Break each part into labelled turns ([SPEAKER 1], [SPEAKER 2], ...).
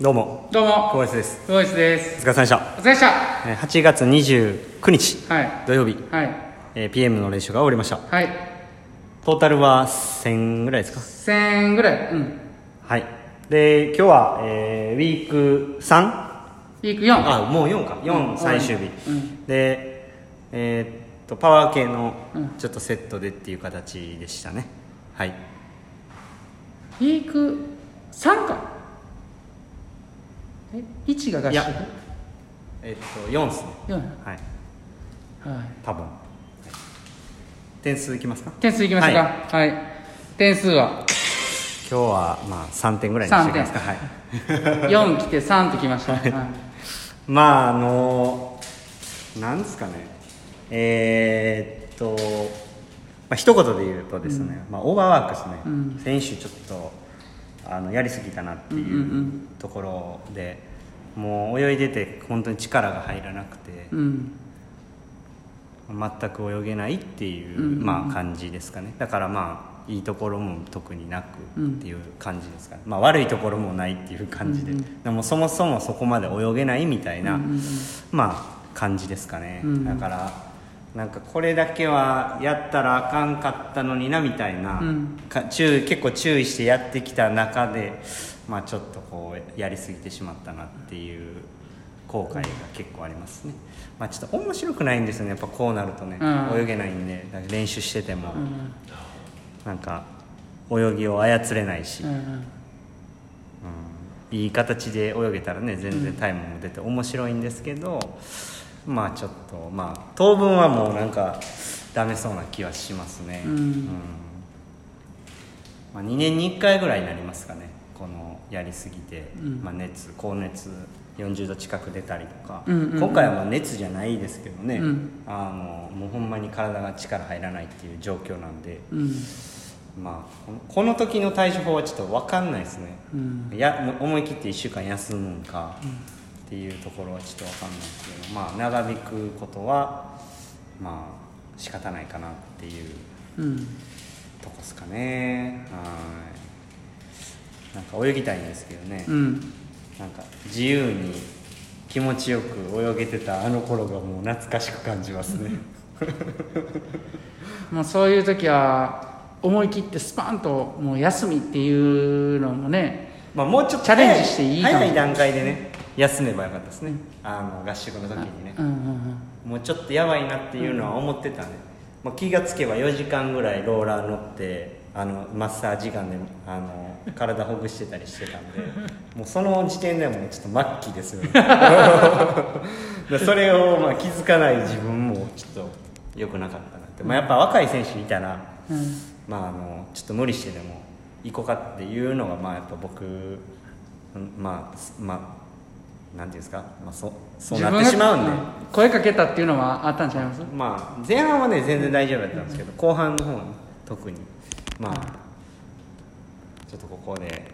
[SPEAKER 1] どうも
[SPEAKER 2] どうも
[SPEAKER 1] 小林です
[SPEAKER 2] ボイスです
[SPEAKER 1] お疲れ様でした
[SPEAKER 2] お疲れでした
[SPEAKER 1] えー8月29日
[SPEAKER 2] はい
[SPEAKER 1] 土曜日、
[SPEAKER 2] はい
[SPEAKER 1] えー PM の練習が終わりました
[SPEAKER 2] はい
[SPEAKER 1] トータルは1000ぐらいですか
[SPEAKER 2] 1000ぐらいうん
[SPEAKER 1] はいで今日は、えーウィーク 3?
[SPEAKER 2] いく4
[SPEAKER 1] あもう4か4、
[SPEAKER 2] うん
[SPEAKER 1] 最終日、
[SPEAKER 2] うん
[SPEAKER 1] でえーっとパワー系の
[SPEAKER 2] うん
[SPEAKER 1] ちょっとセットでっていう形でしたねはい
[SPEAKER 2] いく3かえ一1が合
[SPEAKER 1] い
[SPEAKER 2] 宿
[SPEAKER 1] やえーっと4ですね
[SPEAKER 2] 4
[SPEAKER 1] はい
[SPEAKER 2] はい
[SPEAKER 1] 多分点数いきますか
[SPEAKER 2] 点数いきますかはい、点数は
[SPEAKER 1] 今日はまあ3点ぐらいにしておきますかはい
[SPEAKER 2] 4来て3ときました、 はい
[SPEAKER 1] まああのなんですかねえーっと、まあ一言で言うとですね、まあ、オーバーワークですね、
[SPEAKER 2] うん
[SPEAKER 1] 選手ちょっとあのやりすぎたなって
[SPEAKER 2] んうんう
[SPEAKER 1] いうところで、もう泳いでて本当に力が入らなくて、
[SPEAKER 2] うん
[SPEAKER 1] 全く泳げないっていう、
[SPEAKER 2] うんうんうん
[SPEAKER 1] まあ、感じですかねだからまあいいところも特になくっていう感じですかね、まあ、悪いところもないっていう感じで,、
[SPEAKER 2] うんう
[SPEAKER 1] でもそもそもそこまで泳げないみたいな、
[SPEAKER 2] うんうんうん
[SPEAKER 1] まあ感じですかね、
[SPEAKER 2] うん
[SPEAKER 1] だからなんかこれだけはやったらあかんかったのになみたいな、
[SPEAKER 2] うん
[SPEAKER 1] か注意結構注意してやってきた中で、まあ、ちょっとこうやりすぎてしまったなっていう後悔が結構ありますね、まあ、ちょっと面白くないんですよねやっぱこうなるとね、
[SPEAKER 2] うん
[SPEAKER 1] 泳げないんでだから練習してても、
[SPEAKER 2] うん
[SPEAKER 1] なんか泳ぎを操れないし、
[SPEAKER 2] うん
[SPEAKER 1] うんいい形で泳げたらね全然タイムも出て面白いんですけど、まあちょっとまあ当分はもうなんかダメそうな気はしますね、
[SPEAKER 2] うん
[SPEAKER 1] まあ、2年に1回ぐらいになりますかねこのやりすぎて、まあ、熱高熱40度近く出たりとか、
[SPEAKER 2] うんうんうん
[SPEAKER 1] 今回はまあ熱じゃないですけどね、
[SPEAKER 2] うん
[SPEAKER 1] あのもうほんまに体が力入らないっていう状況なんで、
[SPEAKER 2] うん
[SPEAKER 1] まあこのこの時の対処法はちょっと分かんないですね、
[SPEAKER 2] うん
[SPEAKER 1] やもう思い切って1週間休むんかっていうところはちょっと分かんないですけど、まあ、長引くことはまあ仕方ないかなっていう
[SPEAKER 2] うん
[SPEAKER 1] とこですかねはいなんか泳ぎたいんですけどね、
[SPEAKER 2] うん
[SPEAKER 1] なんか自由に気持ちよく泳げてたあの頃がもう懐かしく感じますね
[SPEAKER 2] もうそういう時は思い切ってスパンともう休みっていうのもね
[SPEAKER 1] まあもうちょっと
[SPEAKER 2] チャレンジしていいかも
[SPEAKER 1] 早い段階でね休めばよかったですねあの合宿の時にね
[SPEAKER 2] うんうん
[SPEAKER 1] もうちょっとやばいなっていうのは思ってたね、まあ、気がつけば4時間ぐらいローラー乗ってあのマッサージガンであの体ほぐしてたりしてたんでもうその時点ではもうちょっと末期ですよねだからそれをまあ気づかない自分もちょっと良くなかったなって、まあ、やっぱ若い選手いたら、
[SPEAKER 2] うんうん
[SPEAKER 1] まあ、あのちょっと無理してでも行こうかっていうのがまあやっぱ僕うんまあまあなんていうんですか、まあ、そそうなってしまうんで、
[SPEAKER 2] 自分が声かけたっていうのはあったんちゃいます
[SPEAKER 1] まあ前半はね全然大丈夫だったんですけど後半の方に特にまあちょっとここで、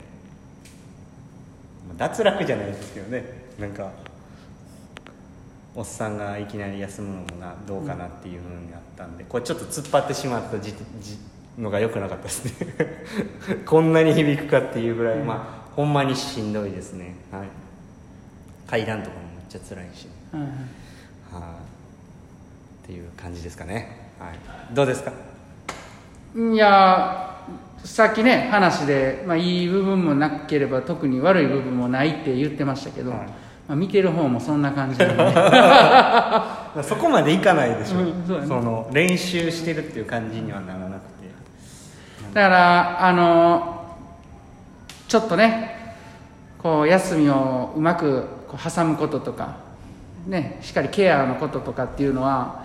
[SPEAKER 1] まあ脱落じゃないですけどねなんかおっさんがいきなり休むのもなどうかなっていうふうになったんでこれちょっと突っ張ってしまったじじのが良くなかったですね こんなに響くかっていうぐらい、まあほんまにしんどいですねはい階段とかもめっちゃ辛いし、
[SPEAKER 2] うん
[SPEAKER 1] はい、っていう感じですかね、はい、どうですか
[SPEAKER 2] いやーさっきね話で、まあ、いい部分もなければ特に悪い部分もないって言ってましたけど、
[SPEAKER 1] はい
[SPEAKER 2] まあ、見てる方もそんな感じなんで、
[SPEAKER 1] そこまでいかないでしょ、
[SPEAKER 2] うんそうやね
[SPEAKER 1] の練習してるっていう感じにはならなくて
[SPEAKER 2] だからあのーちょっとねこう休みをうまくこう挟むこととかねしっかりケアのこととかっていうのは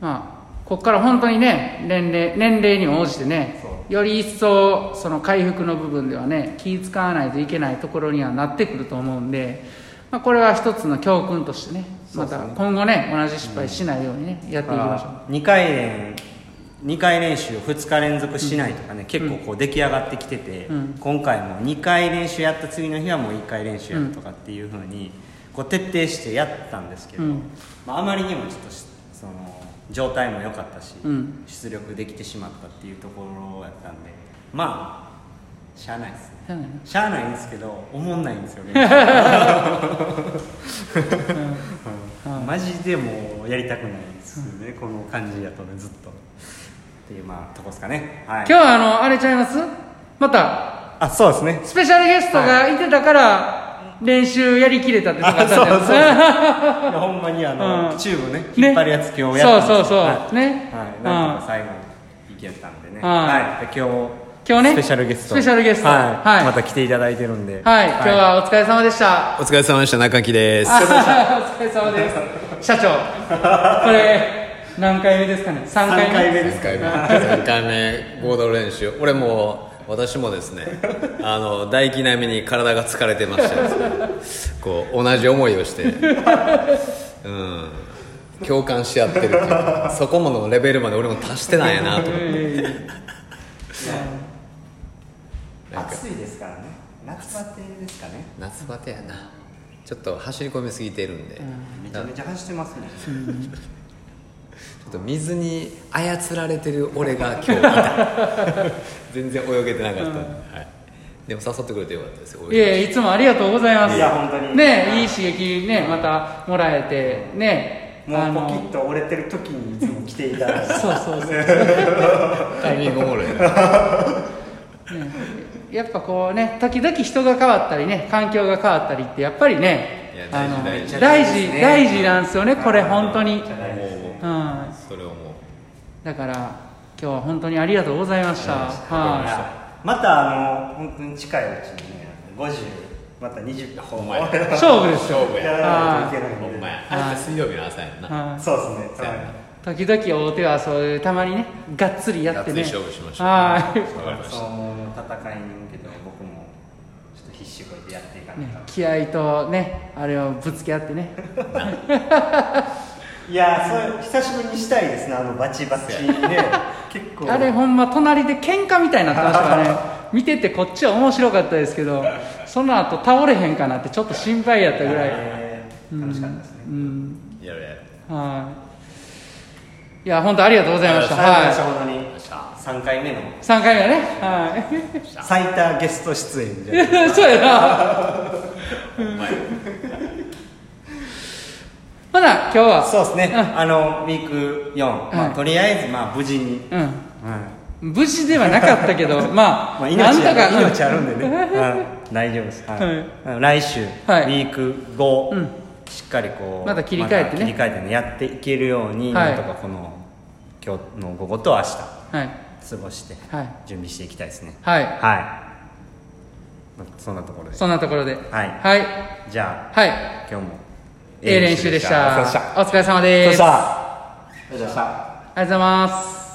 [SPEAKER 2] まあここから本当にね年齢年齢に応じてね
[SPEAKER 1] そ
[SPEAKER 2] より一層その回復の部分ではね気使わないといけないところにはなってくると思うんで、まあ、これは一つの教訓としてね
[SPEAKER 1] そう
[SPEAKER 2] ま
[SPEAKER 1] です
[SPEAKER 2] た
[SPEAKER 1] ね
[SPEAKER 2] 今後ね同じ失敗しないようにね、やっていきましょう。
[SPEAKER 1] 2回練2回練習を2日連続しないとかね、結構こう出来上がってきてて、
[SPEAKER 2] うん
[SPEAKER 1] 今回も2回練習やった次の日はもう1回練習やるとかっていうふうにこう徹底してやったんですけど、
[SPEAKER 2] うん
[SPEAKER 1] まあ、あまりにもちょっとしその状態も良かったし、
[SPEAKER 2] うん
[SPEAKER 1] 出力できてしまったっていうところやったんでまあしゃあないですね
[SPEAKER 2] そうなの
[SPEAKER 1] しゃあないんですけど思んないんです よねマジでもうやりたくないですね、この感じやとねずっとっていうまあとこですかねはい
[SPEAKER 2] 今日はあのあれちゃいますまた
[SPEAKER 1] あそうですね
[SPEAKER 2] スペシャルゲストがいてたから、練習やりきれたってと こあったんじゃないですか
[SPEAKER 1] いやほんまにあの、
[SPEAKER 2] うん
[SPEAKER 1] チューブね
[SPEAKER 2] ね
[SPEAKER 1] 引っ張るやつ今日やったんです
[SPEAKER 2] そうそうそう
[SPEAKER 1] はいは
[SPEAKER 2] ね
[SPEAKER 1] い、
[SPEAKER 2] うん
[SPEAKER 1] なんとか最後にいけたんでね、
[SPEAKER 2] うん
[SPEAKER 1] はい、で今日
[SPEAKER 2] 今日ね
[SPEAKER 1] スペシャルゲスト
[SPEAKER 2] スペシャルゲスト
[SPEAKER 1] はい
[SPEAKER 2] はい
[SPEAKER 1] また来ていただいてるんで
[SPEAKER 2] はい、今日はお疲れ様でした。
[SPEAKER 3] お疲れ様でした中木で す
[SPEAKER 2] あお疲れ様です。社長、これ何回目ですかね？三回
[SPEAKER 1] 3
[SPEAKER 2] 目。
[SPEAKER 1] 回目で
[SPEAKER 3] 1
[SPEAKER 1] す
[SPEAKER 3] 回目3回目合同練習俺も私も ですねあの唾液並みに体が疲れてましたですねこう同じ思いをしてうん共感し合ってるっていうそこものレベルまで俺も達してないやなと思ってなんか
[SPEAKER 1] 暑いですからね夏バテですかね
[SPEAKER 3] 夏バテやなちょっと走り込みすぎてるんで、
[SPEAKER 1] めちゃめちゃ走ってますね
[SPEAKER 3] ちょっと水に操られてる俺が今日いた全然泳げてなかったんで、はい、でも誘ってくれてよかったですよ
[SPEAKER 2] いえ、いつもありがとうございます。
[SPEAKER 1] いや本当に
[SPEAKER 2] ね、いい刺激ね、またもらえてね、あ
[SPEAKER 1] もうポキ
[SPEAKER 2] の
[SPEAKER 1] ッと折れてる時にいつも来ていただいて
[SPEAKER 2] そうそうそう。
[SPEAKER 3] タイミン グおもろいな
[SPEAKER 2] やっぱこうね、時々人が変わったりね、環境が変わったりってやっぱりね
[SPEAKER 3] いや、
[SPEAKER 2] あ
[SPEAKER 3] 大事
[SPEAKER 2] の
[SPEAKER 3] 大事
[SPEAKER 2] 大事大事なんですよね。これ本当に。
[SPEAKER 3] も
[SPEAKER 2] う
[SPEAKER 3] う
[SPEAKER 2] ん。
[SPEAKER 3] それをもう
[SPEAKER 2] だから今日は本当にありがとうございました。は
[SPEAKER 1] またあの本当に近いうちにね50また20ほんま
[SPEAKER 3] や
[SPEAKER 2] い。勝負ですよ。
[SPEAKER 3] 勝負
[SPEAKER 1] や
[SPEAKER 3] や
[SPEAKER 1] らないといけないんで
[SPEAKER 3] ほんまや
[SPEAKER 2] はい
[SPEAKER 3] あ水曜日の朝やんな
[SPEAKER 2] は い
[SPEAKER 1] そうですね
[SPEAKER 3] そうや
[SPEAKER 1] はい
[SPEAKER 2] 時々大手はそういうたまにねがっつりや
[SPEAKER 3] が
[SPEAKER 2] っ
[SPEAKER 3] ってつ
[SPEAKER 2] ね。
[SPEAKER 3] り勝負しました
[SPEAKER 2] はい。
[SPEAKER 3] わかりまし
[SPEAKER 1] そ
[SPEAKER 3] た
[SPEAKER 1] の戦いに向けて僕もちょっと必死こいてやっていかない
[SPEAKER 2] ね
[SPEAKER 1] と、
[SPEAKER 2] 気合とねあれをぶつけ合ってね。
[SPEAKER 1] いやーそう久しぶりにしたいですねあのバチバチ ね結構
[SPEAKER 2] あれほんま隣で喧嘩みたいになってましたからね。見ててこっちは面白かったですけど、その後倒れへんかなってちょっと心配やったぐらい。
[SPEAKER 1] えー楽しかったですね、
[SPEAKER 2] うん。
[SPEAKER 3] やるやる
[SPEAKER 2] はい。いや本当ありがとうございました。
[SPEAKER 1] 最
[SPEAKER 2] は
[SPEAKER 1] 後に3回目の
[SPEAKER 2] い。三回目だね。はい。
[SPEAKER 1] 最多ゲスト出演じゃない
[SPEAKER 2] そうやなほな今日は
[SPEAKER 1] そうですねあのウィーク4、
[SPEAKER 2] は
[SPEAKER 1] ま
[SPEAKER 2] い
[SPEAKER 1] あ、とりあえずまあ無事に、
[SPEAKER 2] うん
[SPEAKER 1] はい
[SPEAKER 2] 無事ではなかった けどま
[SPEAKER 1] ま
[SPEAKER 2] あ、
[SPEAKER 1] あ、
[SPEAKER 2] なん
[SPEAKER 1] 命
[SPEAKER 2] と
[SPEAKER 1] ある
[SPEAKER 2] か
[SPEAKER 1] 命あるんで ね、はい大丈夫です、はい来週、
[SPEAKER 2] はい
[SPEAKER 1] ウィーク後、
[SPEAKER 2] うん
[SPEAKER 1] しっかりこう
[SPEAKER 2] また切り替えてね
[SPEAKER 1] また切り替えてねやっていけるように、
[SPEAKER 2] はい
[SPEAKER 1] なんとかこの今日の午後と明日
[SPEAKER 2] うんはい
[SPEAKER 1] 過ごして
[SPEAKER 2] はい
[SPEAKER 1] 準備していきたいですね
[SPEAKER 2] はい
[SPEAKER 1] はい、まあそんなところで
[SPEAKER 2] そんなところでは
[SPEAKER 1] はい
[SPEAKER 2] はい、
[SPEAKER 1] じゃ
[SPEAKER 2] はい、
[SPEAKER 1] あ今日も
[SPEAKER 2] ええ練習でし
[SPEAKER 1] お疲れ様
[SPEAKER 2] た
[SPEAKER 1] でした
[SPEAKER 2] お疲れ
[SPEAKER 1] お疲
[SPEAKER 2] 様
[SPEAKER 1] れ様
[SPEAKER 2] で
[SPEAKER 1] でし
[SPEAKER 2] すあ
[SPEAKER 1] たありがとうございました
[SPEAKER 2] りがとうございます